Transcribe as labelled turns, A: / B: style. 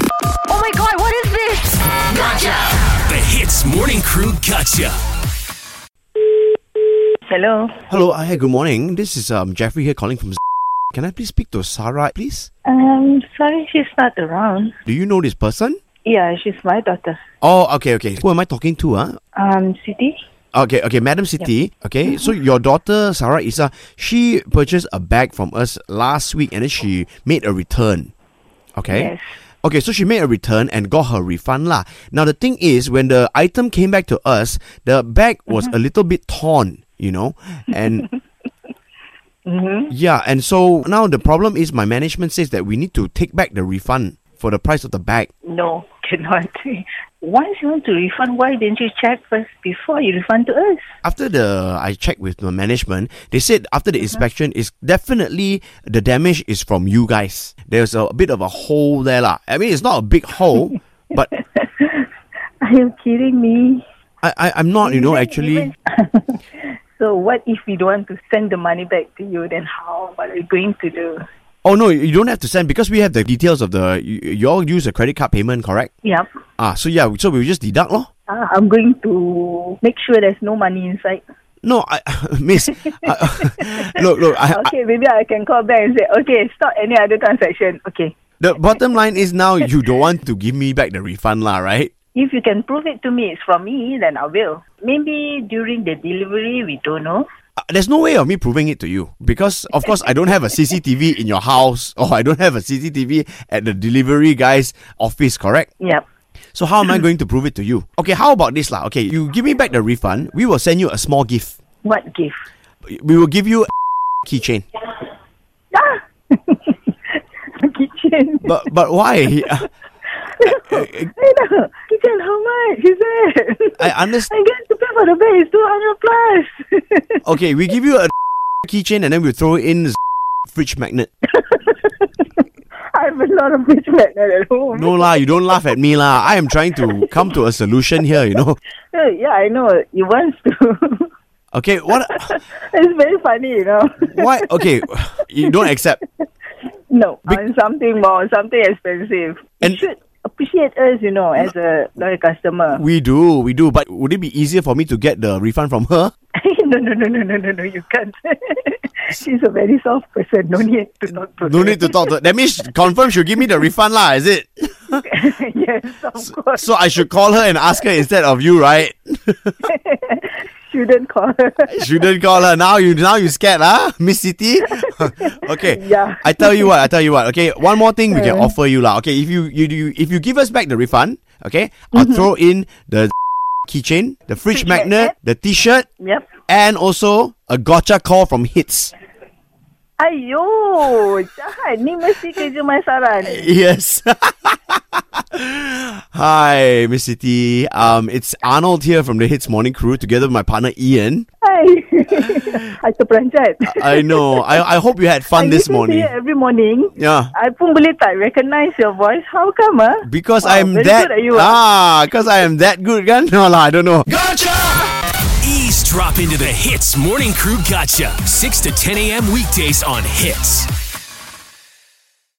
A: Oh my god, what is this?
B: The Hits Morning Crew Gotcha.
C: Hello.
D: Hello, hi, good morning. This is um, Jeffrey here calling from. Can I please speak to Sarah, please?
C: Um, sorry, she's not around.
D: Do you know this person?
C: Yeah, she's my daughter.
D: Oh, okay, okay. Who am I talking to? uh? Huh?
C: Um, Siti.
D: Okay, okay, Madam City. Okay, so your daughter Sarah Isa, she purchased a bag from us last week, and then she made a return. Okay.
C: Yes.
D: Okay, so she made a return and got her refund lah. Now the thing is, when the item came back to us, the bag was a little bit torn, you know, and. Yeah, and so now the problem is my management says that we need to take back the refund for the price of the bag.
C: No, cannot. Once you want to refund, why didn't you check first before you refund to us?
D: after the I checked with the management, they said after the inspection is definitely the damage is from you guys. There's a, bit of a hole there lah. I mean it's not a big hole, but
C: Are you kidding me?
D: I, I I'm not you know actually.
C: So what if we don't want to send the money back to you? Then how? What are we going to do?
D: Oh no, you don't have to send because we have the details of the you, you all use a credit card payment correct?
C: Yep.
D: Ah, so yeah, so we just deduct lor.
C: Uh, I'm going to make sure there's no money inside.
D: No, I, miss. I, look, look. I, I,
C: Okay, maybe I can call back and say, okay, stop any other transaction. Okay.
D: the bottom line is now you don't want to give me back the refund, lah, right?
C: If you can prove it to me it's from me, then I will. Maybe during the delivery, we don't know.
D: Uh, there's no way of me proving it to you because of course I don't have a CCTV in your house or I don't have a CCTV at the delivery guy's office, correct?
C: Yep.
D: So how am I going to prove it to you? Okay, how about this lah? Okay, you give me back the refund, we will send you a small gift.
C: What gift?
D: We will give you a keychain.
C: Ah! kitchen.
D: But but why? Uh,
C: Hey, no. Kitchen, how much is it?
D: I underst-
C: I get to pay for the bed. It's 200 plus.
D: Okay, we give you a keychain and then we throw in this fridge magnet.
C: I have a lot of fish magnet at home.
D: No lah, you don't laugh at me lah. I am trying to come to a solution here, you know.
C: Hey, Yeah, I know. You want to.
D: Okay, what?
C: it's very funny, you know.
D: Why? Okay, you don't accept.
C: No, on something more, something expensive.
D: And-
C: you should appreciate us, you know, as a loyal customer.
D: We do, we do. But would it be easier for me to get the refund from her?
C: no, no, no, no, no, no, no, you can't. She's a very soft person. No need to talk to
D: No
C: her.
D: need to talk to. That means confirm she'll give me the refund lah. Is it?
C: yes, of course.
D: So I should call her and ask her instead of you, right?
C: Shouldn't call her.
D: Shouldn't call her now. You now you scared lah, Miss City. okay.
C: Yeah. Uh.
D: I tell you what. I tell you what. Okay. One more thing we can offer you lah. Okay. If you you, you if you give us back the refund, okay, I'll throw in the keychain, the
C: Mm-hmm. Fridge
D: fridge magnet,
C: magnet.
D: the T-shirt,
C: yep.
D: and also a gotcha call from Hits.
C: Ayo, jahat. Ni mesti kerja masalah ni.
D: Yes. Hi, Miss City. Um, it's Arnold here from the Hits Morning Crew, together with my partner Ian.
C: Hai. I terperanjat.
D: I know. I, I hope you had fun
C: I
D: this
C: listen to
D: morning.
C: you every morning.
D: Yeah.
C: I pun boleh tak recognize your voice. How come, ah?
D: Because
C: Wow,
D: I'm
C: very
D: that
C: good at you,
D: ah, because I am that good, kan? No lah, I don't know.
B: Eavesdrop into the Hits Morning Crew Gotcha. 6 to 10 a.m. weekdays on Hits.